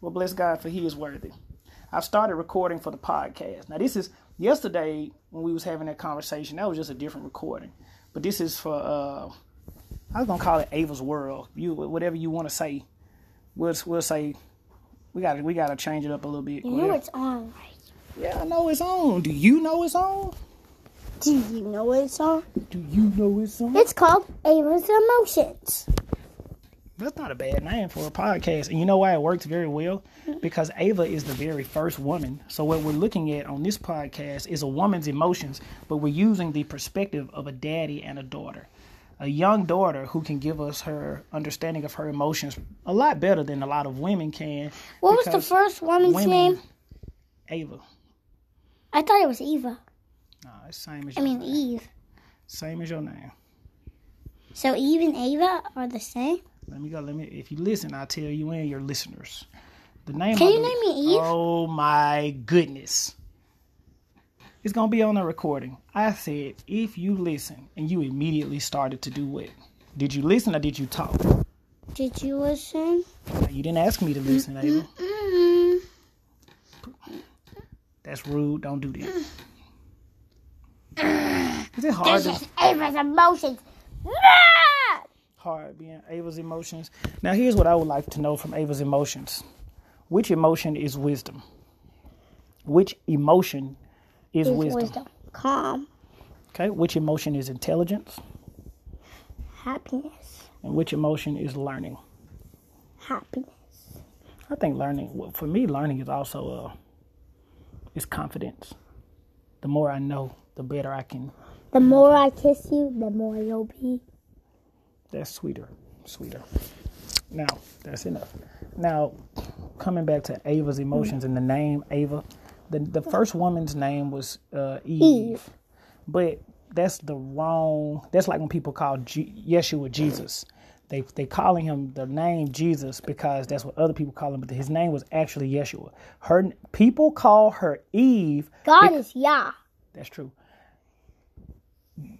Well, bless God for He is worthy. I've started recording for the podcast. Now, this is yesterday when we was having that conversation. That was just a different recording, but this is for uh, I was gonna call it Ava's World. You whatever you want to say, we'll we'll say we got to we got to change it up a little bit. You know Whatever. it's on, right? yeah, I know it's on. Do you know it's on? Do you know what it's on? Do you know it's on? It's called Ava's Emotions. That's not a bad name for a podcast. And you know why it works very well? Because Ava is the very first woman. So what we're looking at on this podcast is a woman's emotions, but we're using the perspective of a daddy and a daughter. A young daughter who can give us her understanding of her emotions a lot better than a lot of women can. What was the because first woman's women- name? Ava. I thought it was Eva. No, it's same as I your mean Eve. same as your name. So Eve and Ava are the same. Let me go. Let me. If you listen, I'll tell you and your listeners. The name. Can of you the- name me Eve? Oh my goodness. It's gonna be on the recording. I said, if you listen, and you immediately started to do what? Did you listen or did you talk? Did you listen? You didn't ask me to listen, Ava. Mm. That's rude. Don't do that. Is it hard? This To, is Ava's Emotions. Ah! hard being Ava's emotions. Now, here's what I would like to know from Ava's emotions: Which emotion is wisdom? Which emotion is, Is wisdom? wisdom. Calm. Okay. Which emotion is intelligence? Happiness. And which emotion is learning? Happiness. I think learning, well, for me, learning is also uh, is confidence. The more I know, the better I can. The more I kiss you, the more you'll be. That's sweeter, sweeter. Now that's enough. Now coming back to Ava's emotions and the name Ava, the the first woman's name was uh, Eve, Eve. but that's the wrong. That's like when people call G- Yeshua Jesus. They they calling him the name Jesus because that's what other people call him, but his name was actually Yeshua. Her people call her Eve God is Yah. that's true.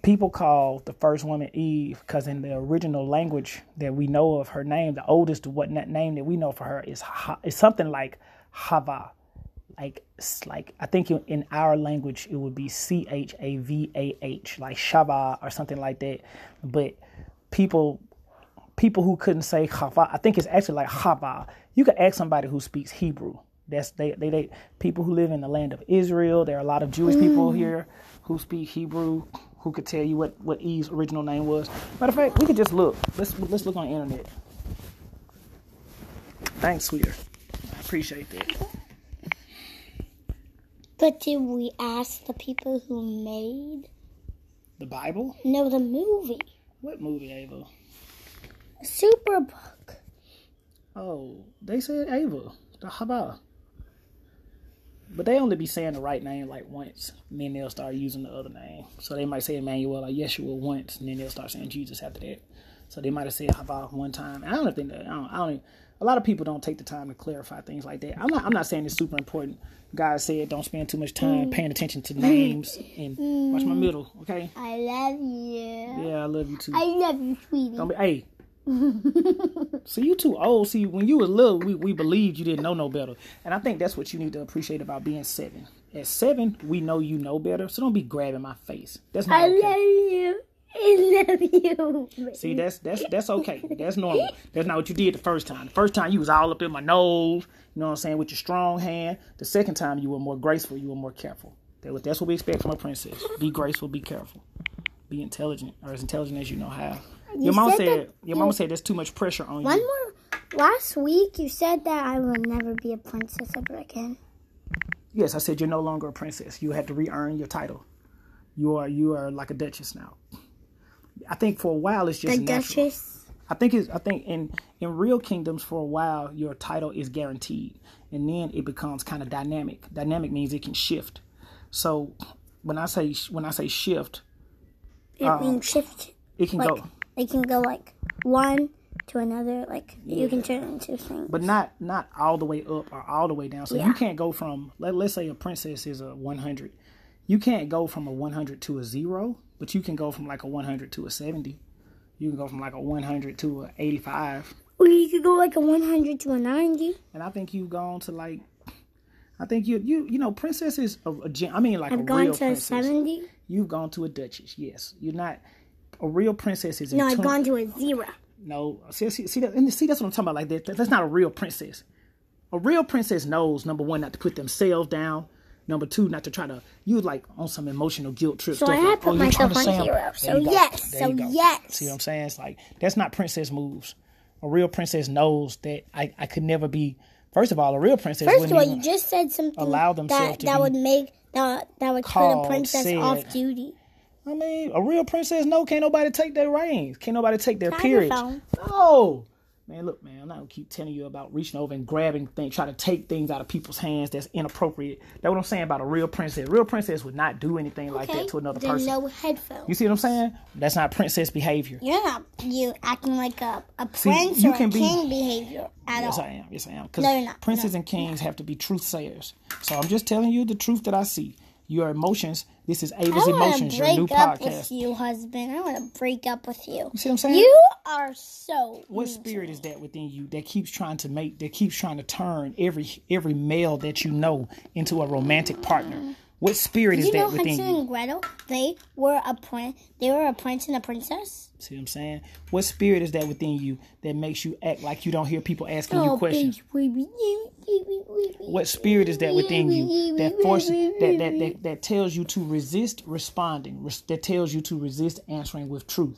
People call the first woman Eve because in the original language that we know of her name, the oldest what na- name that we know for her is ha- is something like Hava, like s- like I think in- in our language it would be C H A V A H, like Shava or something like that. But people people who couldn't say Hava, I think it's actually like Hava. You could ask somebody who speaks Hebrew. That's they, they they people who live in the land of Israel. There are a lot of Jewish people here who speak Hebrew who could tell you what, what Eve's original name was. Matter of fact, we could just look. Let's let's look on the internet. Thanks, sweeter. I appreciate that. But did we ask the people who made The Bible? no the movie What movie, Ava? Superbook? Oh, they said Ava, the Hava. But they only be saying the right name like once, and then they'll start using the other name. So they might say Emmanuel or Yeshua once, and then they'll start saying Jesus after that. So they might have said Hava one time. And I don't think that. I don't. I don't even, a lot of people don't take the time to clarify things like that. I'm not. I'm not saying it's super important. God said don't spend too much time paying attention to names and watch my middle. Okay. I love you. Yeah, I love you too. I love you, sweetie. Don't be, hey. See, you too old. See, when you was little, we, we believed you didn't know no better. And I think that's what you need to appreciate about being seven. At seven, we know you know better, so don't be grabbing my face. That's not I okay. love you. I love you. See, that's that's that's okay. That's normal. That's not what you did the first time. The first time you was all up in my nose, you know what I'm saying, with your strong hand. The second time you were more graceful, you were more careful. That was, that's what we expect from a princess. Be graceful, be careful. Be intelligent, or as intelligent as you know how. your mom said said, that- your mama said there's too much pressure on One you. more. Last week you said that I will never be a princess ever again. Yes, I said you're no longer a princess. You had to re-earn your title. You are you are like a duchess now. I think for a while it's just The natural. Duchess. I think it's I think in in real kingdoms for a while your title is guaranteed, and then it becomes kind of dynamic. Dynamic means it can shift. So when I say when I say shift, It means shift. it can Like go, they can go like one to another. Like you can turn into things. but not not all the way up or all the way down. So you can't go from let let's say a princess is a 100. You can't go from a 100 to a zero, but you can go from like a 100 to a 70. You can go from like a 100 to a 85. Or you could go like a 100 to a 90. And I think you've gone to like, I think you you you know, princess is a, a gen- I mean, like a I've gone real to a princess. 70. You've gone to a duchess. Yes, you're not a real princess. Is in No, I've tune- gone to a zero. No, see, see, see, that, and see, that's what I'm talking about. Like that, that's not a real princess. A real princess knows number one not to put themselves down. Number two, not to try to you like on some emotional guilt trip. So stuff, I have like, put oh, you trying myself to on sound- zero. There So you go. yes, There so you go. yes. See what I'm saying? It's like that's not princess moves. A real princess knows that I, I could never be. First of all, a real princess. First wouldn't of all, even- you just said something allow themselves that to that be would make that that would turn a called, princess said. off duty. I mean, a real princess, no, can't nobody take their reins. Can't nobody take their Not your peerage. phone. No. Man, look, man, I'm not gonna keep telling you about reaching over and grabbing things, trying to take things out of people's hands that's inappropriate. That's what I'm saying about a real princess. Real princess would not do anything like that to another then person. no headphones. You see what I'm saying? That's not princess behavior. You're not you acting like a, a See, prince you or can a be- king behavior at Yes, all. I am. Yes, I am. Because No, you're not. princes and kings have to be truth sayers. So I'm just telling you the truth that I see. Your emotions. This is I Ava's want emotions. to Your new break up with podcast. you, husband. I want to break up with you. You see what I'm saying? You are so. What spirit is that within you that keeps trying to make that keeps trying to turn every every male that you know into a romantic partner? What spirit is Mm. You know that within Hansel you? and Gretel? They were a prince. They were a prince and a princess. See what I'm saying? What spirit is that within you that makes you act like you don't hear people asking you Oh, questions? baby, baby, you- you- you- you- you- What spirit is that within you that forces that that, that that tells you to resist responding, res- that tells you to resist answering with truth?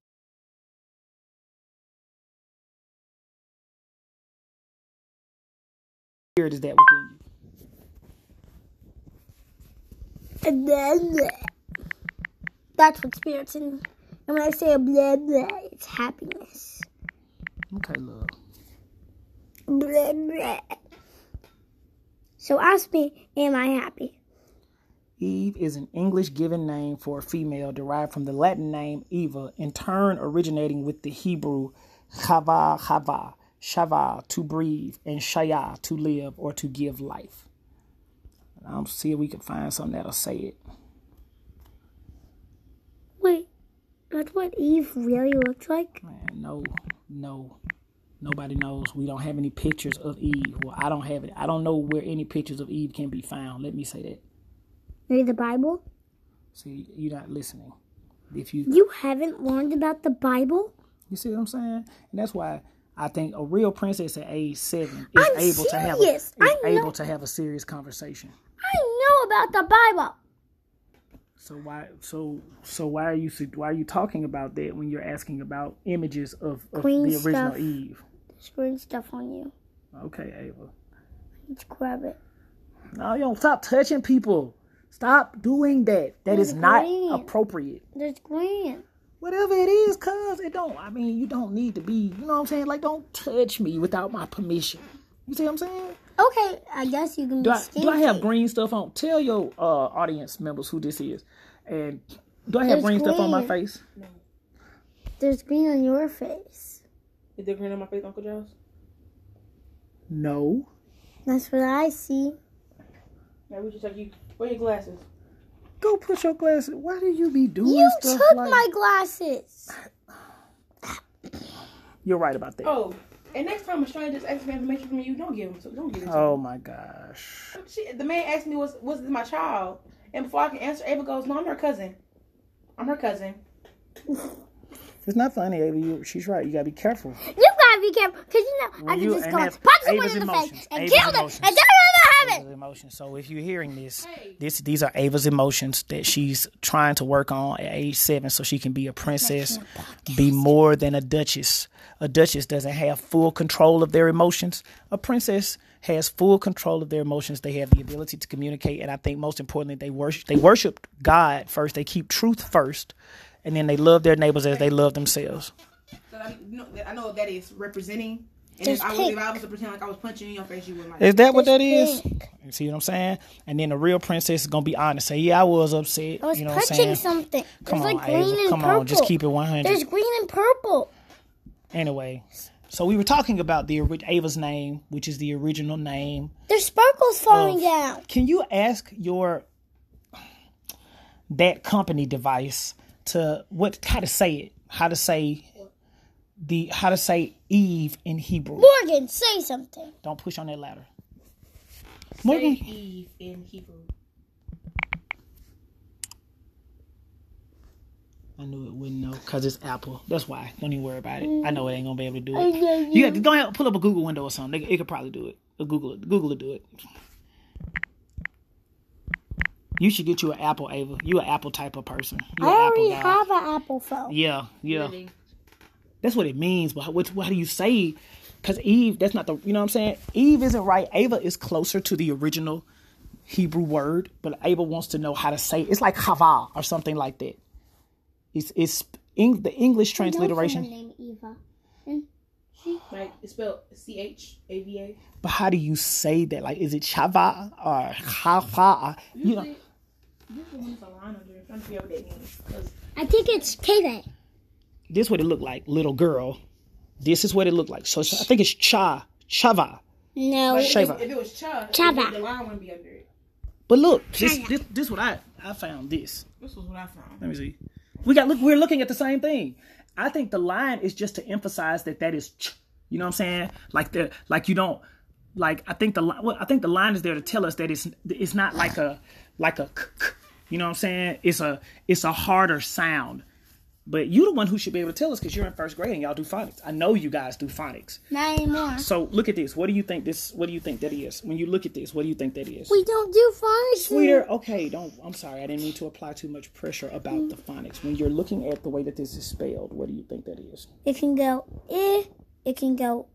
Spirit is that within you? And then that's what spirits in. And when I say blah blah, it's happiness. Okay, love. Blah blah. So ask me, am I happy? Eve is an English given name for a female derived from the Latin name Eva, in turn originating with the Hebrew chava, chava, shava, to breathe, and shaya, to live or to give life. And I'll see if we can find something that'll say it. Wait, that's what Eve really looked like. Man, no, no, nobody knows. We don't have any pictures of Eve. Well, I don't have it. I don't know where any pictures of Eve can be found. Let me say that. Read the Bible. See, you're not listening. If you You haven't learned about the Bible. You see what I'm saying? And that's why I think a real princess at age seven is I'm able to have a, serious. is I know- able to have a serious conversation. I know about the Bible. So why so so why are you su- why are you talking about that when you're asking about images of, of the Queen original stuff. Eve? Screwing stuff on you. Okay, Ava. Let's grab it. No, you don't stop touching people. Stop doing that. That is not Agreed. appropriate. There's green. Whatever it is, cuz it don't I mean you don't need to be you know what I'm saying? Like don't touch me without my permission. You see what I'm saying? Okay, I guess you can be Do I, do I have stinky. green stuff on? Tell your uh, audience members who this is. And do I have There's green, stuff on my green. face? There's green on your face. Is there green on my face, Uncle Giles? No. That's what I see. Maybe we should take you. Where your glasses? Go put your glasses. Why do you be doing You stuff took like? my glasses. You're right about that. Oh, Oh, and next time a stranger just asks for information from you, don't give them. To, don't give them. Oh my gosh. To me. she, the man asked me, "Was was this my child?" And before I can answer, Ava goes, "No, I'm her cousin. I'm her cousin." It's not funny, Ava. You, she's right. You gotta be careful. You gotta be careful, cause you know I Well, can you- just and go that's pop someone Ava's in the emotions. face and Ava's kill them, emotions. and they're gonna have it. Ava's emotions. So if you're hearing this, Hey. this these are Ava's emotions that she's trying to work on at age seven, so she can be a princess, be more than a duchess. A duchess doesn't have full control of their emotions. A princess has full control of their emotions. They have the ability to communicate, and I think most importantly, they worship. They worship God first. They keep truth first, and then they love their neighbors as they love themselves. So I, know, I know what that is representing. And Just if I, was, pick. if I was to pretend like I was punching you in your face, you wouldn't like. Is that what that is? Just You see what I'm saying? And then the real princess is gonna be honest. Say, yeah, I was upset. I was you know what I'm punching saying? something. Come There's on, like green Ava. and Come purple. on, just keep it 100. There's green and purple. Anyway, so we were talking about the ori- Ava's name, which is the original name. There's sparkles Oh. falling down. Can you ask your that company device to what how to say it? How to say the how to say Eve in Hebrew. Morgan, say something. Don't push on that ladder. Say Morgan, Eve in Hebrew. I knew it wouldn't know because it's Apple. That's why. Don't even worry about it. I know it ain't gonna be able to do it. You got to go ahead, pull up a Google window or something. They- It, could probably do it. Or Google it. Google will do it. You should get you an Apple, Ava. You an Apple type of person. You I an Apple already guy. have an Apple phone. Yeah, yeah. Really? That's what it means. But how- what, how do you say? Because Eve, that's not the. You know what I'm saying? Eve isn't right. Ava is closer to the original Hebrew word, but Ava wants to know how to say. It. It's like Hava or something like that. It's it's Eng- the English transliteration. named Eva. Like it's spelled C H A V A. But how do you say that? Like, is it Chava or Chava? You know, This is one is a line under. I'm trying to figure out what that means. 'Cause I think it's Kayla. this what it looked like, little girl. This is what it looked like. So I think it's Cha Chava. No. Like, if it- Shava. If it was Cha, Chava. the line wouldn't be under it. But look, this this, this what I I found this. This was what I found. Let me see. We got look. We're looking at the same thing. I think the line is just to emphasize that that is. Ch- you know what I'm saying? Like the like you don't like. I think the line. Well, I think the line is there to tell us that it's it's not like a like a. k- k- You know what I'm saying? It's a it's a harder sound. But you the one who should be able to tell us because you're in first grade and y'all do phonics. I know you guys do phonics. Not anymore. So look at this. What do you think this? What do you think that is? When you look at this, what do you think that is? We don't do phonics. Sweeter, okay, don't. I'm sorry, I didn't mean to apply too much pressure about the phonics. When you're looking at the way that this is spelled, what do you think that is? It can go eh. It can go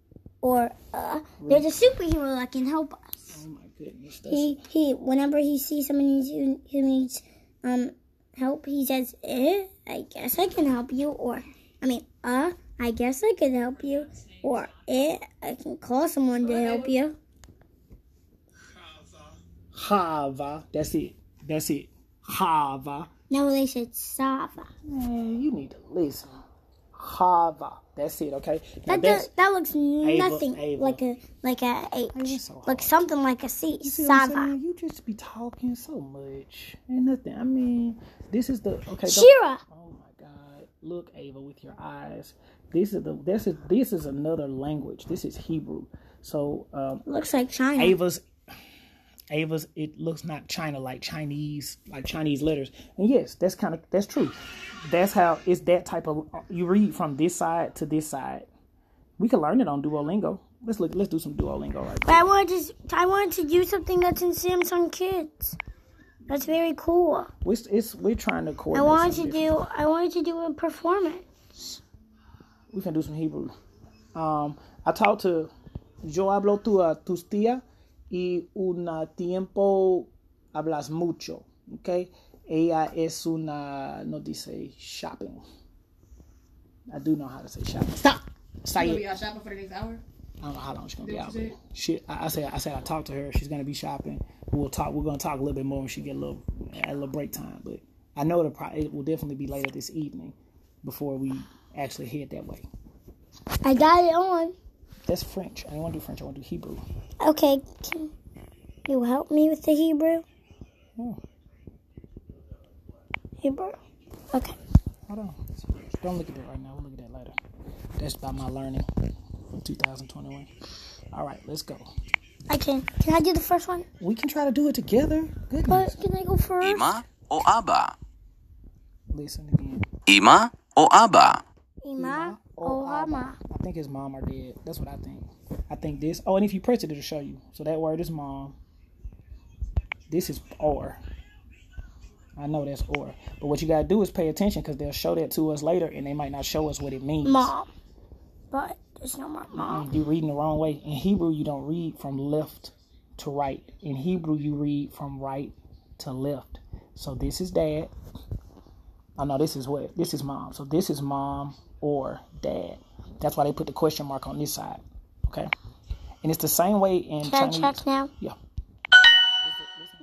or uh. There's a superhero that can help us. Oh my goodness, that's He he. Whenever he sees someone who who needs um help, he says eh. I guess I can help you. Or I mean uh. I guess I could help you. Or eh. I can call someone to help you. Hava. That's it. That's it. Hava. No, they said Sava. Man, you need to listen. Hava. That's it. Okay. Now That that's does, that looks nothing Ava. like a like a H, so like something like a C. You see what I'm Sava. saying? You just be talking so much and nothing. I mean, this is the okay. don't- Shira. Oh my God! Look, Ava, with your eyes. This is the this is this is another language. This is Hebrew. So um, Looks like China. Ava's Ava's it looks not China like Chinese like Chinese letters. And yes, that's kind of that's true. That's how it's that type of uh, you read from this side to this side. We can learn it on Duolingo. Let's look. Let's do some Duolingo right But I wanted to I wanted to do something that's in Samsung Kids. That's very cool. We're, it's, we're trying to I coordinate. wanted something to do I wanted to do a performance. different. We can do some Hebrew. Um, I talked to. Yo hablo tu a tus tía y una tiempo hablas mucho. Okay. Ella es una no dice shopping. I do know how to say shopping. Stop. Say it. y'all shopping for the next hour? I don't know how long she's gonna be out, but she, I, I said, I said, I talked to her. She's gonna be shopping. We'll talk. We're gonna talk a little bit more when she get a little at a little break time. But I know it'll probably it will definitely be later this evening before we actually head that way. I got it on. That's French. I don't want to do French. I want to do Hebrew. Okay, can you help me with the Hebrew? Yeah. Hebrew? Okay. Hold on. Don't look at that right now. We'll look at that later. That's by my learning from 2021. All right, let's go. I can. Can I do the first one? We can try to do it together. Goodness. But can I go first? Ima o Abba. Listen again. Ima o Abba. Ima Ohama. I think his mom or dad. That's what I think. I think this. Oh, and if you press it, it'll show you. So that word is mom. This is or. I know that's or. But what you gotta do is pay attention because they'll show that to us later, and they might not show us what it means. Mom. But there's no more mom. You're reading the wrong way. In Hebrew, you don't read from left to right. In Hebrew, you read from right to left. So this is dad. Oh no, this is what? This is mom. So this is mom or dad. That's why they put the question mark on this side. Okay? And it's the same way in Can Chinese. I check now? Yeah.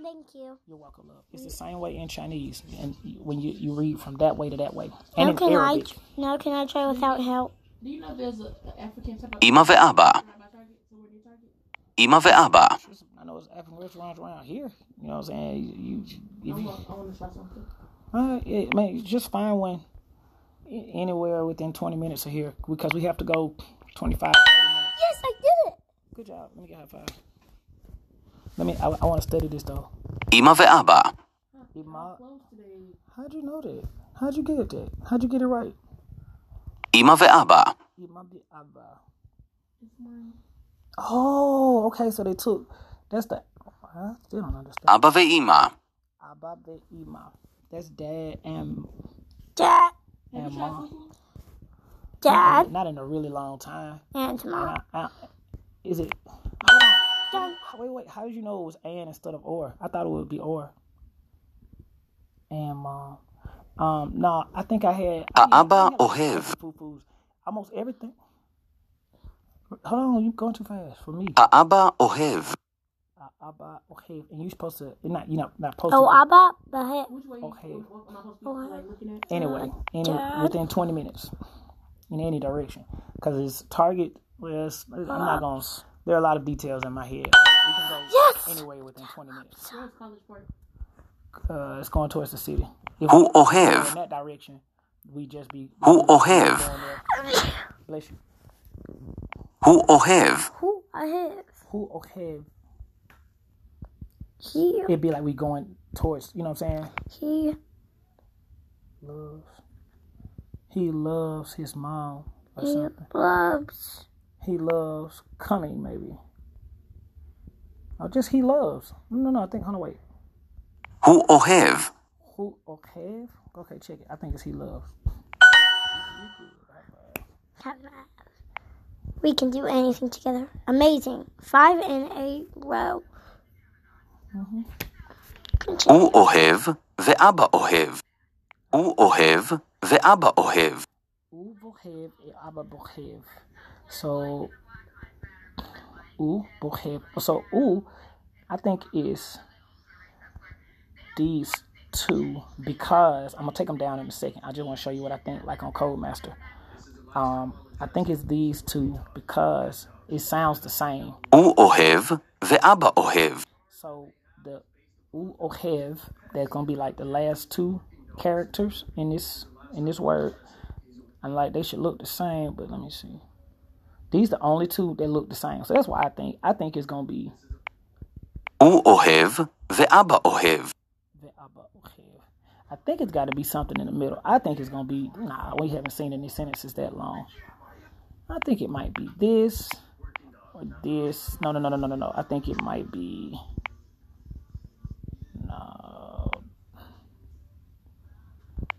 Thank you. You're welcome, love. It's the same way in Chinese. And when you, you read from that way to that way. And Now in can I Arabic. now can I try without help? Do you know there's an African type of Ima ve Abba. by Target? So where do you target? Ima ve Abba. Just- I know it's African restaurants around here. You know what I'm saying? You, you, if I you want, I want to try something. Uh, yeah, man, just find one. anywhere within 20 minutes of here because we have to go 25. 30 minutes. Yes, I did it. Good job. Let me get a high five. Let me. I, I want to study this though. Imma ve'abba. Ima- How'd you know that? How'd you get that? How'd you get it right? Imma ve'abba. Imam bin Abba. Oh, okay. So they took. That's the. I still don't understand. Abba ve'ima. Abba the Ima. That's dad and Dad, and mom. dad, Not in a really long time. and mom. I, I, is it? Dad, Wait, wait. How did you know it was and instead of or? I thought it would be or. And mom. Um. No, I think I had. I had- Abba I had ohev. poo-poos. Almost everything. Hold on, you going too fast for me. Abba ohev. Uh, Abba Ohev, and you're supposed to you're not you know not supposed oh, to. Abba, the head. Which way? Ohev. What am I supposed to be like looking at? Anyway, any, Dad. within 20 minutes, in any direction, because it's target. Well, it's, I'm not gonna. s- There are a lot of details in my head. We can go anyway within 20 minutes. Where's College Park? Uh, it's going towards the city. If Who we ohev? go in that direction, we just be Who ohev? going there. Bless you. Who ohev? Who I have Who Ohev? here, It'd be like we going towards. You know what I'm saying? here. Loves. He loves his mom or He something. loves. he loves cunning, maybe. Or just he loves. No, no, I think, hold on, wait. Who ohev? Who, okay? Okay, check it. I think it's he loves. High five. We can do anything together. Amazing. Five in a row. הוא אוהב ואבא אוהב. הוא אוהב ואבא אוהב. U bohev e aba bohev. So, u bohev. So, u, I think is these two because I'm going to take them down in a second. I just want to show you what I think, like on Codemaster. Um, I think it's these two because it sounds the same. הוא אוהב ואבא אוהב. So the u or hev that's gonna be like the last two characters in this in this word, and like they should look the same. But let me see. These the only two that look the same. So that's why I think I think it's gonna be הוא אוהב ואבא אוהב. the abba or hev. I think it's got to be something in the middle. I think it's gonna be nah. We haven't seen any sentences that long. I think it might be this or this. No, no, no, no, no, no, no. I think it might be. No,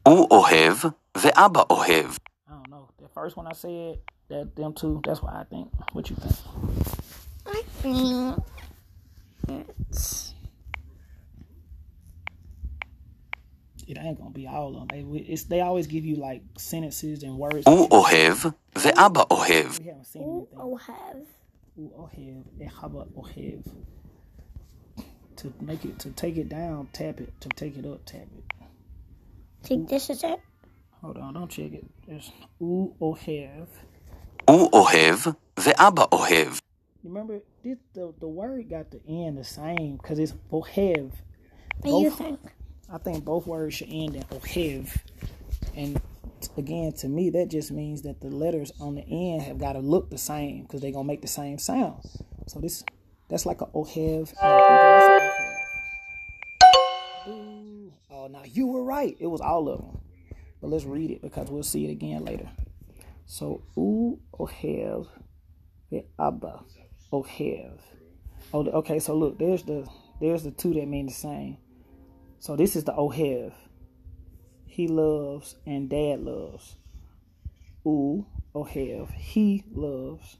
הוא אוהב ואבא אוהב. I don't know. The first one I said, that them two, that's what I think. What you think? I think it's It ain't gonna be all of them. They, it's, they always give you like sentences and words. הוא אוהב ואבא אוהב. We haven't seen who anything. will oh, have Ooh, oh, Ohev, and Haba Ohev. oh, To make it, to take it down, tap it. To take it up, tap it. think this is it. Hold on, don't check it. There's Ooh oh, Ohev. הוא אוהב ואבא אוהב. Remember, this, the, the word got the end the same because it's Ohev. What do you Both- think? I think both words should end in ohev. And t- again, to me, that just means that the letters on the end have got to look the same because they're gonna make the same sound. So this, that's like a ohev. and I think it is an ohev. Boo. Oh, now you were right. It was all of them. But let's read it because we'll see it again later. So u ohev, the abba ohev. Oh, the- okay. So look, there's the there's the two that mean the same. So this is the Ohev. He loves and dad loves. Ooh, Ohev. He loves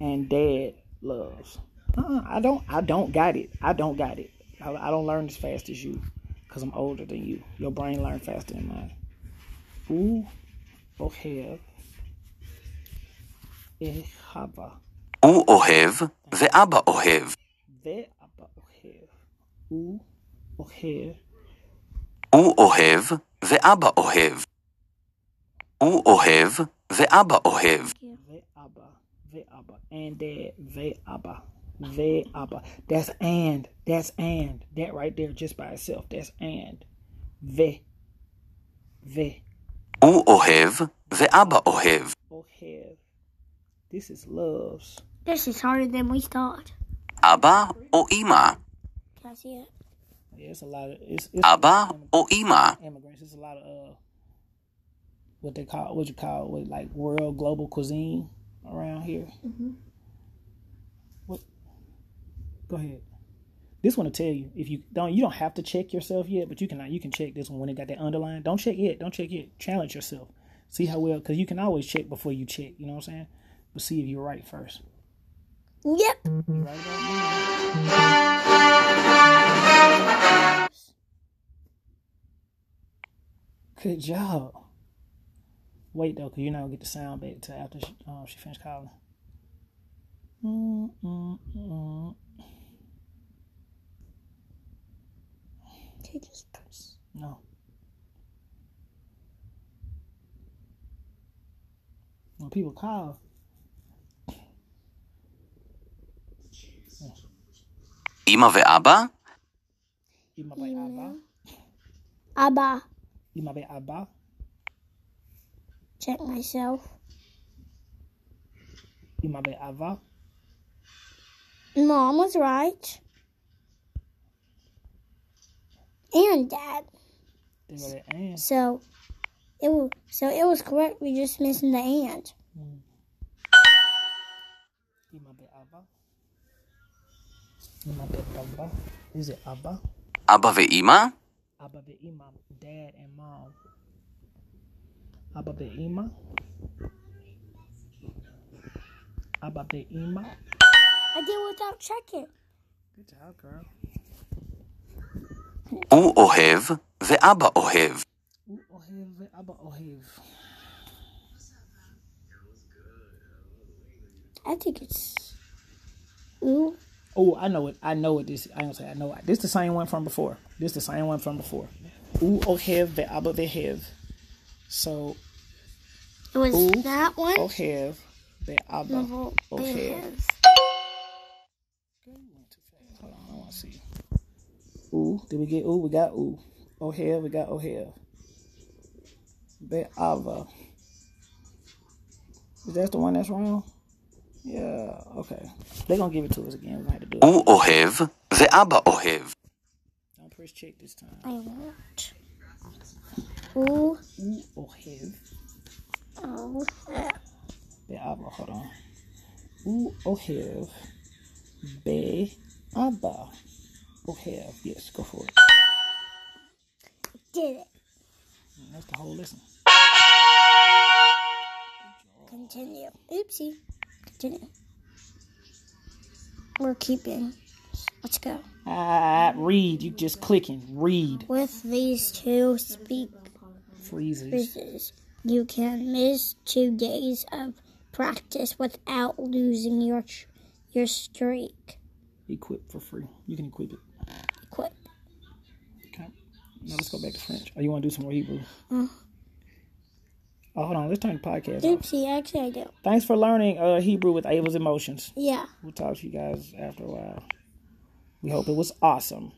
and dad loves. Uh-uh, I don't. I don't got it. I don't got it. I, I don't learn as fast as you, cause I'm older than you. Your brain learn faster than mine. Ooh, Ohev. Eh, Ehava. הוא אוהב ואבא אוהב. Ve'aba Ohev. Ooh, Ohev. הוא אוהב ואבא אוהב. הוא אוהב ואבא אוהב. Ve'aba, ve'aba, and dad, ve'aba, ve'aba. That's and, that's and. That right there, just by itself, that's and. Ve, ve, הוא אוהב ואבא אוהב. Ohev. This is loves. This is harder than we thought. אבא או אמא. Can I see it? Yeah, it's a lot of it's, it's אבא או אמא. immigrants. It's a lot of uh, what they call what you call what like world global cuisine around here. What? Go ahead. This one will tell you if you don't you don't have to check yourself yet, but you can you can check this one when it got that underline. Don't check it. Don't check it. Challenge yourself. See how well because you can always check before you check. You know what I'm saying? But see if you're right first. Yep. You right about that? Good job. Wait though, cause you're not gonna get the sound back till after she, um, she finished calling. Mm-mm-mm. She just pressed. No. When people call, אמא ואבא? you might be abba, Abba. you might be abba, Check myself. you might be abba. Mom was right. And dad. They were that and So it was so it was correct. We just missing the and. you might be abba. You might be abba. Is it abba? אבא ואמא? Abba the Imam, dad and mom. Abba the Imam. Abba the Imam. I did without checking. Good job, girl. הוא אוהב ואבא אוהב. Ooh, Ohev, Abba Ohev. I think it's ooh. Oh, I know it. I know it. This I don't say. I know it. This the same one from before. This the same one from before. Ooh, Ohev, the Abba the Hev. So It was Ooh. Oh, that one. Ohev, the Abba Level Ohev. is. Hold on, I want to see. Ooh, did we get ooh? We got ooh. Oh hell, we got oh hell. Be'ava. Is that the one that's wrong? Yeah, okay. They're gonna give it to us again. We're gonna have to do it. הוא אוהב ואבא אוהב. Don't press check this time. I won't. Ooh. Ooh, oh hell. Oh. Be'ava, hold on. Ooh, oh hell. Be'ava. Oh hell. Yes, go for it. Did it. Mm, That's the whole lesson. Continue. Oopsie. Continue. We're keeping. Let's go. Ah, read. You just clicking. Read. With these two speak Freezes. quizzes, you can miss two days of practice without losing your tr- your streak. Equip for free. You can equip it. Quit. Okay. Now let's go back to French. Oh, you want to do some more Hebrew? Oh, hold on. Let's turn the podcast off. Oopsie, actually I do. Thanks for learning uh, Hebrew with Ava's Emotions. Yeah. We'll talk to you guys after a while. We hope it was awesome.